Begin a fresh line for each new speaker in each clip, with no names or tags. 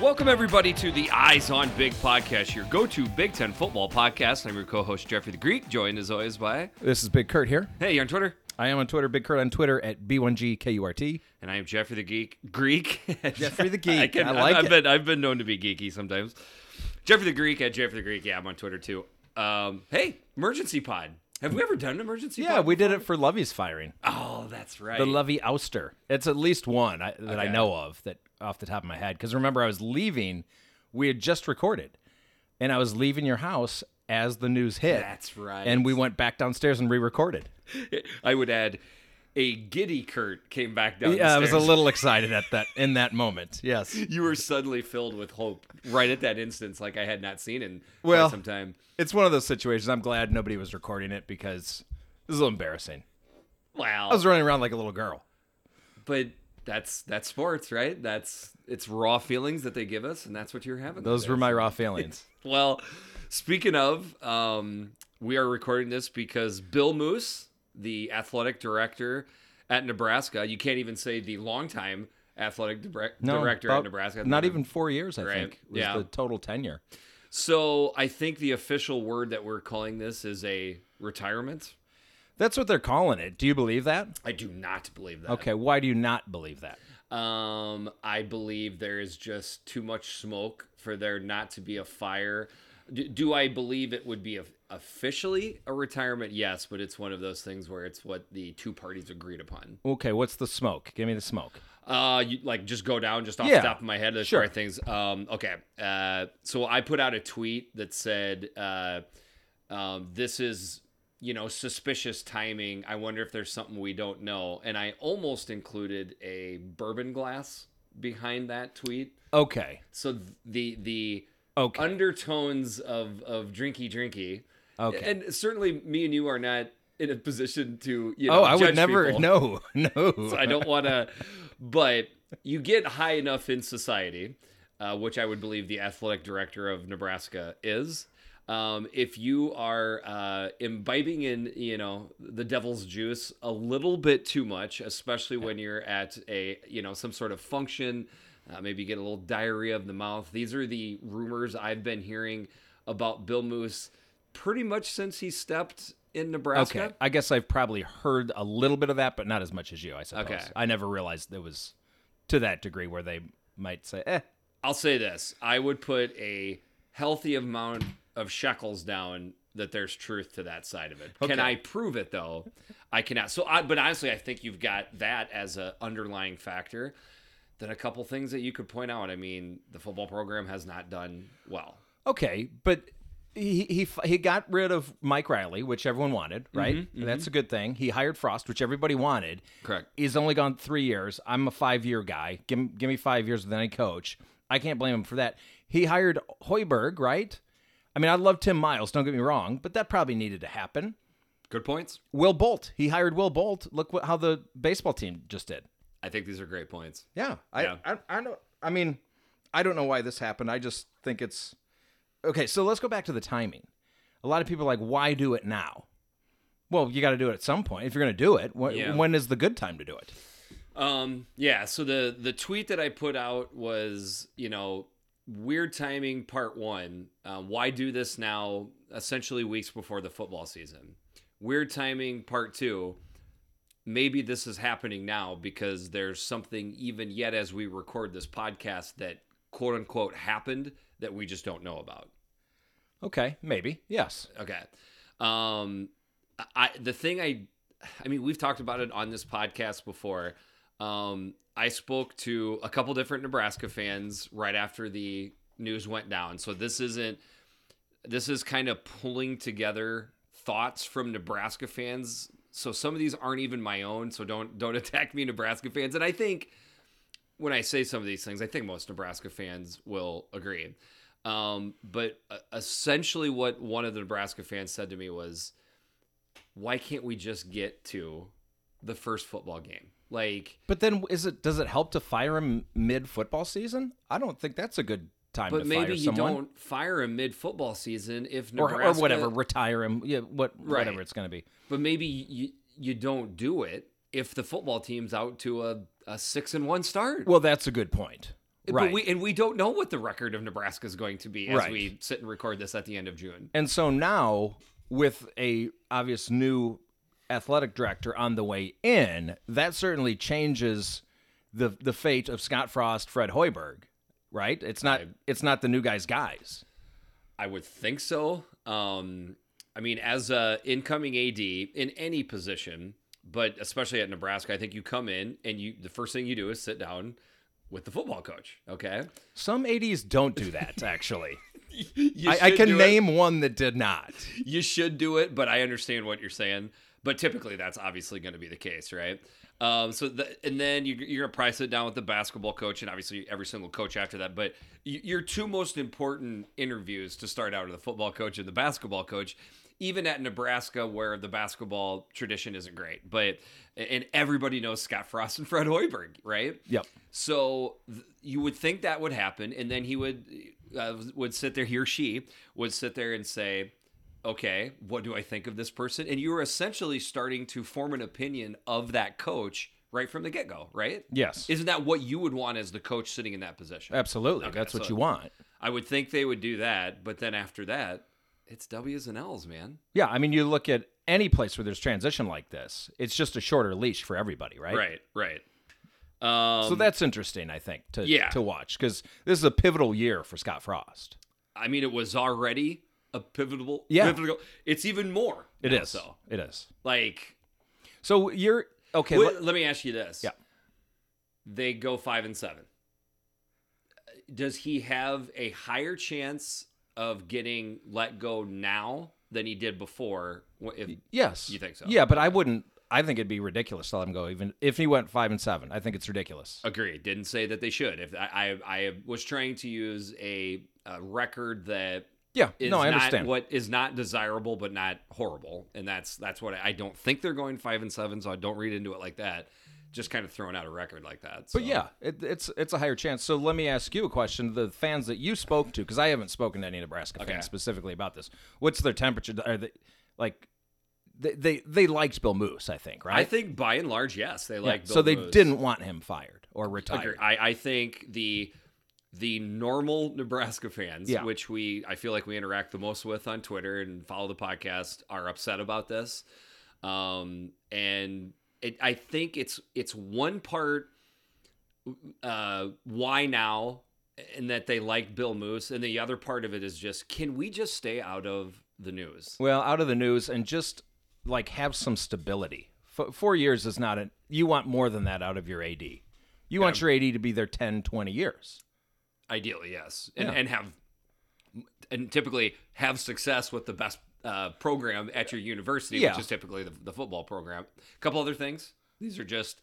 Welcome, everybody, to the Eyes on Big podcast, your go to Big Ten football podcast. I'm your co host, Jeffrey the Greek, joined as always by,
This is Big Kurt here.
hey, you're on Twitter.
I am on Twitter, Big Kurt on Twitter at B1GKURT.
And I am Jeffrey the Geek. Greek.
Jeffrey the Geek.
I, can,
I like
have
it.
Been, I've been known to be geeky sometimes. Jeffrey the Greek at Jeffrey the Greek. Yeah, I'm on Twitter too. Um, hey, emergency pod. Have we ever done an emergency pod?
Yeah, we did it for Lovey's firing.
Oh, that's right.
The Lovey ouster. It's at least one I, that I
Okay.
know of that off the top of my head. Because remember, I was leaving. We had just recorded. And I was leaving your house as the news hit.
That's right.
And we went back downstairs and re recorded.
I would add a giddy Kurt came back down.
Yeah, I
the
was a
stairs.
little excited at that in that moment. Yes.
You were suddenly filled with hope right at that instance, like I had not seen in quite
Well-
some time.
It's one of those situations. I'm glad nobody was recording it because it was a little embarrassing.
Wow.
I was running around like a little girl.
but that's that's sports, right? That's it's raw feelings that they give us, and that's what you're having.
Those
today.
were my raw feelings.
Well, speaking of, um, we are recording this because Bill Moose, the athletic director at Nebraska, you can't even say the longtime athletic dire- director
about-
at Nebraska.
Not even four years, I
Right.
think. Was
Yeah.
the total tenure.
So I think the official word that we're calling this is a retirement.
That's what they're calling it. Do you believe that?
I do not believe that.
Okay. Why do you not believe that?
Um, I believe there is just too much smoke for there not to be a fire. Do, do I believe it would be of- officially a retirement? Yes, but it's one of those things where it's what the two parties agreed upon.
Okay. What's the smoke? Give me the smoke.
Uh, you, like just go down just off
Yeah,
the top of my head. That's
sure.
sure. things. Um, okay. Uh, so I put out a tweet that said, uh, um, "This is you know suspicious timing. I wonder if there's something we don't know." And I almost included a bourbon glass behind that tweet.
Okay.
So th- the the
Okay.
undertones of of drinky drinky.
Okay.
And certainly, me and you are not in a position to you know.
oh, I would
judge
never.
people.
No. No.
I don't want to, but you get high enough in society, uh, which I would believe the athletic director of Nebraska is. Um, if you are uh, imbibing in, you know, the devil's juice a little bit too much, especially when you're at a, you know, some sort of function, uh, maybe you get a little diarrhea of the mouth. These are the rumors I've been hearing about Bill Moose pretty much since he stepped in Nebraska.
okay. I guess I've probably heard a little bit of that, but not as much as you. I suppose.
Okay.
I never realized it was to that degree where they might say, "Eh,
I'll say this: I would put a healthy amount of shekels down that there's truth to that side of it. Can
Okay.
I prove it though? I cannot. So, I, but honestly, I think you've got that as an underlying factor. Then a couple things that you could point out. I mean, the football program has not done well.
Okay, but he he he got rid of Mike Riley, which everyone wanted, right?
Mm-hmm,
That's a good thing. He hired Frost, which everybody wanted.
Correct.
He's only gone three years. I'm a five year guy. Give him- give me five years with any coach. I can't blame him for that. He hired Hoiberg, right? I mean, I love Tim Miles. Don't get me wrong, but that probably needed to happen.
Good points.
Will Bolt. He hired Will Bolt. Look what, how the baseball team just did.
I think these are great points.
Yeah, I,
Yeah.
I, I don't. I mean, I don't know why this happened. I just think it's okay. So let's go back to the timing. A lot of people are like, why do it now? Well, you got to do it at some point. If you're going to do it, wh-
Yeah.
when is the good time to do it?
Um, yeah. So the the tweet that I put out was, you know, weird timing part one. Uh, why do this now? Essentially weeks before the football season. Weird timing part two. Maybe this is happening now because there's something even yet as we record this podcast that quote unquote happened that we just don't know about.
Okay, maybe yes.
Okay. Um, I the thing I, I mean, we've talked about it on this podcast before. Um, I spoke to a couple different Nebraska fans right after the news went down. So this isn't. This is kind of pulling together thoughts from Nebraska fans. So some of these aren't even my own. So don't don't attack me, Nebraska fans. And I think when I say some of these things, I think most Nebraska fans will agree. Um, but uh, essentially, what one of the Nebraska fans said to me was, "Why can't we just get to the first football game? Like,
But then, is it does it help to fire him mid football season? I don't think that's a good time
but
to
maybe
fire
you
someone
don't fire him mid football season if
or, or
Nebraska
whatever. Retire him. Yeah, what
Right.
whatever it's going to be.
But maybe you you don't do it if the football team's out to a, a six and one start.
Well, that's a good point. Right.
But we and we don't know what the record of Nebraska is going to be as
Right.
we sit and record this at the end of June.
And so now, with a obvious new athletic director on the way in, that certainly changes the the fate of Scott Frost, Fred Hoiberg, right? It's not it's not the new guys' guys.
I would think so. Um, I mean, as a incoming AD in any position, but especially at Nebraska, I think you come in and you the first thing you do is sit down with the football coach. Okay,
Some ADs don't do that. Actually,
You
I, I
should
can
do it.
name one that did not.
you should do it, but I understand what you're saying. But typically, that's obviously going to be the case, right? Um, so, the, and then you, you're going to probably sit down with the basketball coach and obviously every single coach after that. But y- your two most important interviews to start out are the football coach and the basketball coach, even at Nebraska, where the basketball tradition isn't great. But, and everybody knows Scott Frost and Fred Hoiberg, right?
Yep.
So th- you would think that would happen, and then he would uh, would sit there. He or she would sit there and say, "Okay, what do I think of this person?" And you were essentially starting to form an opinion of that coach right from the get go, right?
Yes.
Isn't that what you would want as the coach sitting in that position?
Absolutely.
Okay,
That's what
so-
you want.
I would think they would do that, but then after that, it's W's and L's, man.
Yeah. I mean, you look at any place where there's transition like this, it's just a shorter leash for everybody, right?
Right, right. Um,
So that's interesting, I think, to
Yeah.
to watch because this is a pivotal year for Scott Frost.
I mean, it was already a pivotal.
Yeah.
pivotal, it's even more.
It
now,
is.
so.
It is.
Like
So you're okay.
Wait,
let-
let, me ask you this.
Yeah.
They go five and seven. Does he have a higher chance of getting let go now than he did before? Wh- If,
yes.
You think so?
Yeah, but I wouldn't. I think it'd be ridiculous to let him go, even if he went five and seven. I think it's ridiculous.
agree. Didn't say that they should. If I, I, I was trying to use a, a record that
Yeah.
is
No, I
not
understand.
what is not desirable but not horrible, and that's that's what I, I don't think they're going five and seven. So I don't read into it like that. Just kind of throwing out a record like that.
but
so.
yeah, it, it's it's a higher chance. So let me ask you a question: the fans that you spoke to, because I haven't spoken to any Nebraska
Okay.
fans specifically about this. What's their temperature? Are they like they they, they liked Bill Moose? I think right.
I think by and large, yes, they like.
so
Bill
they
Moose.
didn't want him fired or
Agree.
retired.
I, I think the the normal Nebraska fans,
Yeah.
which we I feel like we interact the most with on Twitter and follow the podcast, are upset about this. Um, and it, I think it's it's one part uh, why now and that they like Bill Moose, and the other part of it is just can we just stay out of the news?
Well, out of the news and just like have some stability. F- four years is not an. You want more than that out of your AD. You want your AD to be there 10, 20 years.
Ideally, yes, and,
Yeah.
and have and typically have success with the best uh, program at your university,
Yeah.
which is typically the, the football program. A couple other things. These are just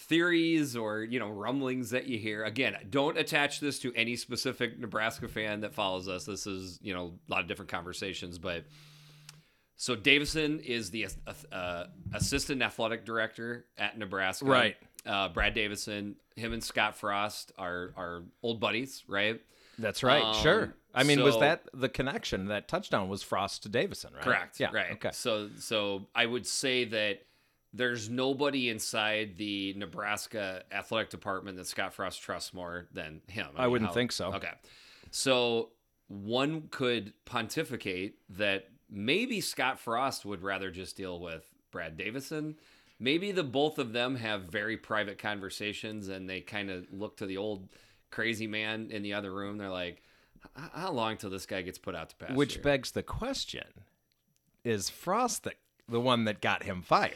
theories or you know rumblings that you hear. Again, don't attach this to any specific Nebraska fan that follows us. This is you know a lot of different conversations, but. So Davison is the uh, assistant athletic director at Nebraska.
Right.
Uh, Brad Davison, him and Scott Frost are are old buddies, right?
That's right.
Um,
sure. I mean, was
so-
that the connection? That touchdown was Frost to Davison, right?
Correct.
Yeah.
Right.
Okay.
So so I would say that there's nobody inside the Nebraska athletic department that Scott Frost trusts more than him.
I
mean,
wouldn't
how-
think so.
Okay. So one could pontificate that maybe Scott Frost would rather just deal with Brad Davison. Maybe the both of them have very private conversations and they kind of look to the old crazy man in the other room. They're like, "H- how long till this guy gets put out to pasture?
Which begs the question: Is Frost the the one that got him fired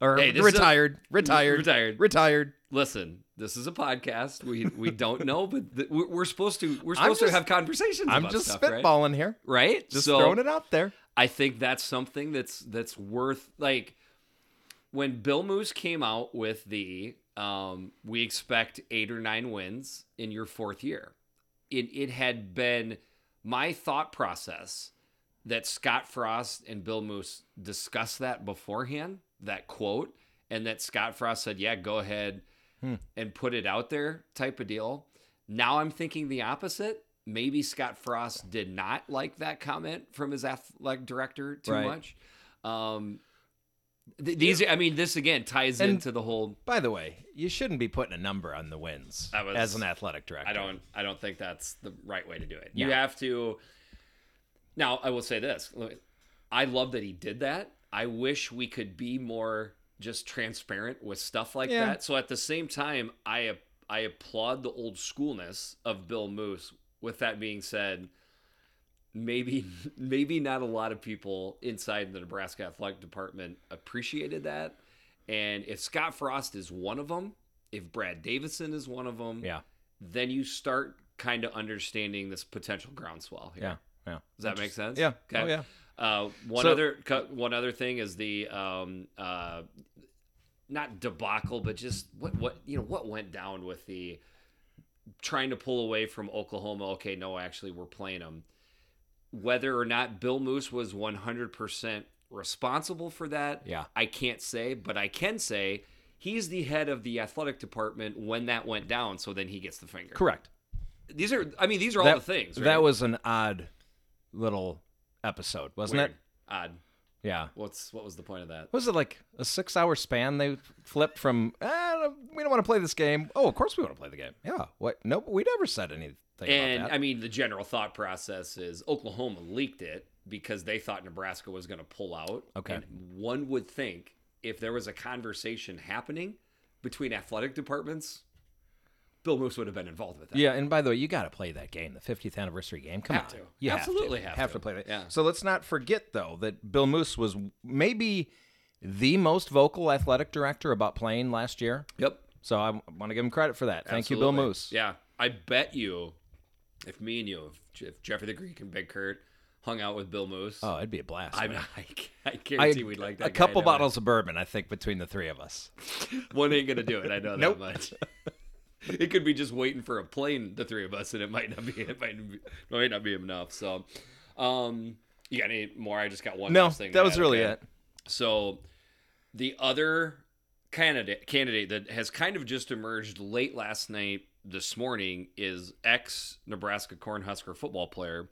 or
Hey, this is a-
retired? Retired.
retired.
Retired.
Listen, this is a podcast. We we don't know, but th- we're, we're supposed to we're
I'm
supposed
just-
to have conversations.
I'm
about
just
stuff, right?
spitballing here.
right?
Just
so
throwing it out there.
I think that's something that's that's worth like when Bill Moose came out with the um, we expect eight or nine wins in your fourth year. It it had been my thought process that Scott Frost and Bill Moose discussed that beforehand, that quote, and that Scott Frost said, "Yeah, go ahead and put it out there," type of deal. Now I'm thinking the opposite. Maybe Scott Frost did not like that comment from his athletic director too
Right.
much. Um, Th- These, I mean, this again ties
And-
into the whole.
By the way, you shouldn't be putting a number on the wins
I was-
as an athletic director.
I don't, I don't think that's the right way to do it. You
Yeah.
have to. Now, I will say this: Look, I love that he did that. I wish we could be more just transparent with stuff like
Yeah.
that. So at the same time, I I applaud the old schoolness of Bill Moose. With that being said, maybe maybe not a lot of people inside the Nebraska athletic department appreciated that. And if Scott Frost is one of them, if Brad Davison is one of them,
Yeah.
then you start kind of understanding this potential groundswell. Here.
Yeah. Yeah.
Does that make sense?
Yeah.
Okay.
Oh, yeah.
Uh, one
So-
other cu- one other thing is the um, uh, not debacle, but just what what you know what went down with the trying to pull away from Oklahoma. Okay, no, actually, we're playing them. Whether or not Bill Moose was one hundred percent responsible for that,
Yeah.
I can't say, but I can say he's the head of the athletic department when that went down. So then he gets the finger.
Correct.
These are, I mean, these are all the things. Right?
That was an odd little episode, wasn't
Weird.
it?
odd.
Yeah.
What's what was the point of that?
Was it like a six hour span they flipped from, eh, we don't want to play this game. Oh, of course we want to play the game. Yeah. What? Nope. We never said anything
And
about that.
I mean, the general thought process is Oklahoma leaked it because they thought Nebraska was going to pull out.
Okay.
And one would think if there was a conversation happening between athletic departments, Bill Moose would have been involved with that.
yeah, and by the way, you got to play that game, the 50th anniversary game. Come
Have
on,
to.
you
Absolutely
have
have
to, have
to.
to play that.
Yeah.
So let's not forget though that Bill Moose was maybe the most vocal athletic director about playing last year.
Yep.
So I want to give him credit for that. Thank you, Bill
Absolutely.
Moose.
Yeah, I bet you, if me and you, if, if Jeffrey the Greek and Big Kurt hung out with Bill Moose,
Oh, it'd be a blast.
I,
man.
I, I
I-
guarantee we'd like that.
a
guy
couple
down.
bottles of bourbon, I think, between the three of us.
One ain't gonna do it. I know that
Nope.
much. It could be just waiting for a plane, the three of us, and it might not be. It might, be, might not be enough. So, um, you got any more? I just got one.
No,
last thing
that
to
was
add,
really
okay?
it.
So, the other candidate candidate that has kind of just emerged late last night, this morning, is ex Nebraska Cornhusker football player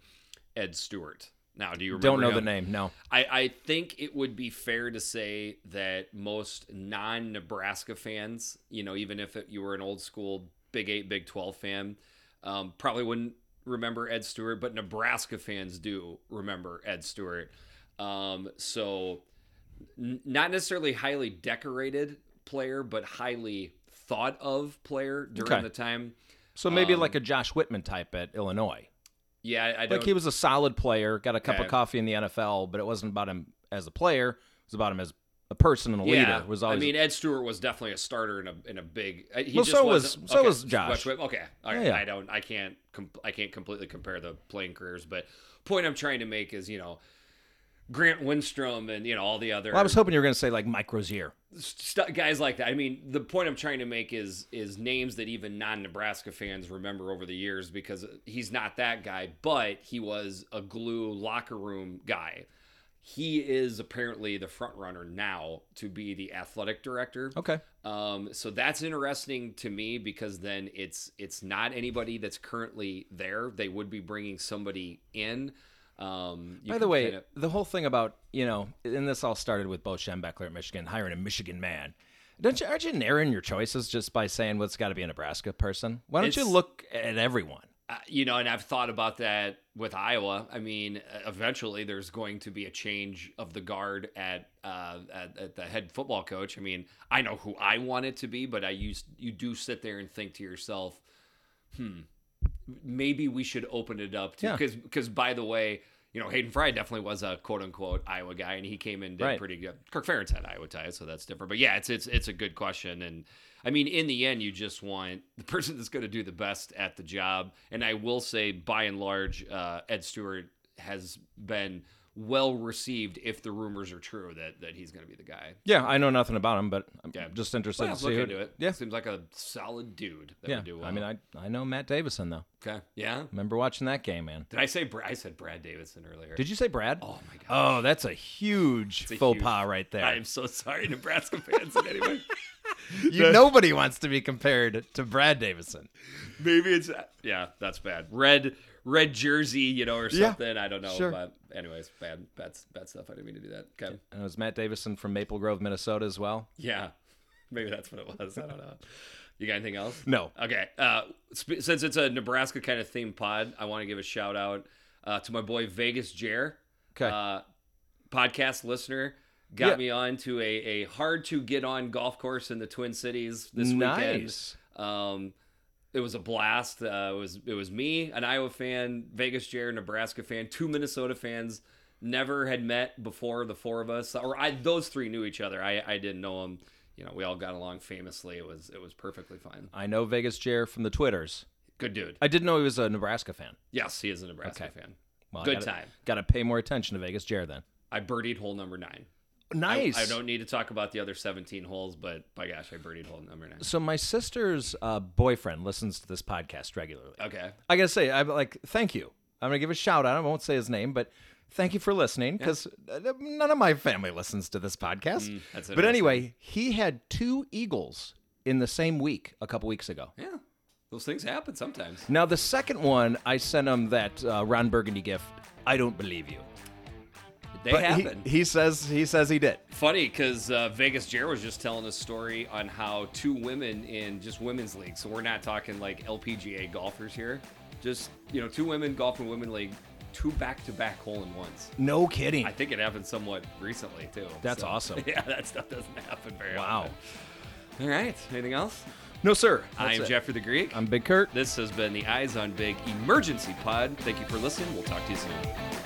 Ed Stewart. Now, do you remember
Don't know
him?
the name. No.
I, I think it would be fair to say that most non Nebraska fans, you know, even if it, you were an old school Big 8, Big 12 fan, um, probably wouldn't remember Ed Stewart, but Nebraska fans do remember Ed Stewart. Um, so, n- not necessarily highly decorated player, but highly thought of player during
Okay.
the time.
So maybe
Um,
like a Josh Whitman type at Illinois.
Yeah, I, I don't.
Like he was a solid player, got a cup
Okay.
of coffee in the NFL, but it wasn't about him as a player. It was about him as a person and a leader. It was always
I mean, Ed Stewart was definitely a starter in a in a big. uh, He
Well,
just
so
wasn't-
was- so
okay,
was Josh.
Wes- okay, all right.
Yeah.
I don't. I can't. Com- I can't completely compare the playing careers, but point I'm trying to make is you know. Grant Winstrom and you know all the other
Well, I was hoping you were going to say like Mike Rozier.
st- guys like that. I mean, the point I'm trying to make is is names that even non-Nebraska fans remember over the years because he's not that guy, but he was a glue locker room guy. He is apparently the front runner now to be the athletic director.
Okay.
Um, so that's interesting to me because then it's it's not anybody that's currently there. They would be bringing somebody in. Um, you
By the
can
way,
kinda-
the whole thing about you know, and this all started with Bo Schembechler at Michigan hiring a Michigan man. Don't you aren't you narrowing your choices just by saying what's got to be a Nebraska person? Why don't you
It's-
look at everyone?
uh, you know, and I've thought about that with Iowa. I mean, uh, eventually there's going to be a change of the guard at, uh, at at the head football coach. I mean, I know who I want it to be, but I use you do sit there and think to yourself, hmm, maybe we should open it up to
Yeah.
because because by the way. You know, Hayden Fry definitely was a quote unquote Iowa guy, and he came in did
Right.
pretty good. Kirk Ferentz had Iowa ties, so that's different. But yeah, it's it's it's a good question, and I mean, in the end, you just want the person that's going to do the best at the job. And I will say, by and large, uh, Ed Stewart has been well received if the rumors are true that that he's going to be the guy.
Yeah, I know nothing about him, but I'm
Yeah.
just interested
So
to
let's
see
look uh,
who-
into it.
Yeah,
seems like a solid dude that
yeah.
would do well.
I mean, I I know Matt Davison though.
okay, yeah.
Remember watching that game, man?
Did I say Bra- I said Brad Davidson earlier?
Did you say Brad?
oh my god!
Oh, that's a huge
a
faux
huge-
pas right there.
I am so sorry, Nebraska fans. and anyway,
You, nobody wants to be compared to Brad Davison.
Maybe it's yeah, that's bad. Red red jersey, you know, or
Yeah,
something. I don't know.
sure.
But anyways, bad bad bad stuff. I didn't mean to do that. Okay.
And it was Matt Davison from Maple Grove, Minnesota as well.
Yeah. Maybe that's what it was. I don't know. You got anything else?
No.
Okay. Uh, sp- since it's a Nebraska kind of themed pod, I want to give a shout out uh, to my boy Vegas Jer.
Okay.
Uh, podcast listener got
Yeah.
me on to a, a hard to get on golf course in the Twin Cities this weekend.
nice.
Um, it was a blast. Uh, it was it was me, an Iowa fan, Vegas Jer, Nebraska fan, two Minnesota fans. Never had met before the four of us, or I those three knew each other. I, I didn't know them. You know, we all got along famously. It was it was perfectly fine.
I know Vegas Jer from the Twitters.
Good dude.
I didn't know he was a Nebraska fan.
Yes, he is a Nebraska
Okay.
fan.
Well,
Good
I gotta,
time.
Got to pay more attention to Vegas Jer then.
I birdied hole number nine. I-
Nice.
I, don't need to talk about the other 17 holes, but by gosh, I birdied hole number nine.
So my sister's uh, boyfriend listens to this podcast regularly.
Okay.
I gotta say, I'm like, thank you. I'm gonna give a shout out. I won't say his name, but thank you for listening because none of my family listens to this podcast.
Mm, that's
but
interesting.
anyway, he had two eagles in the same week a couple weeks ago.
Yeah. Those things happen sometimes.
Now the second one, I sent him that uh, Ron Burgundy gift. I don't believe you.
They
But he-
happen.
he says he says he did.
Funny because uh, Vegas Jer was just telling a story on how two women in just women's league, so we're not talking like LPGA golfers here, just, you know, two women golf and women league, two back to back hole in ones.
No kidding.
I think it happened somewhat recently too.
That's
so-
awesome.
Yeah, that stuff doesn't happen very
Wow.
often. All right. Anything else?
No, sir.
I
That's
am
it.
Jeffrey the Greek.
I'm Big Kurt.
this has been the Eyes on Big Emergency Pod. Thank you for listening. We'll talk to you soon.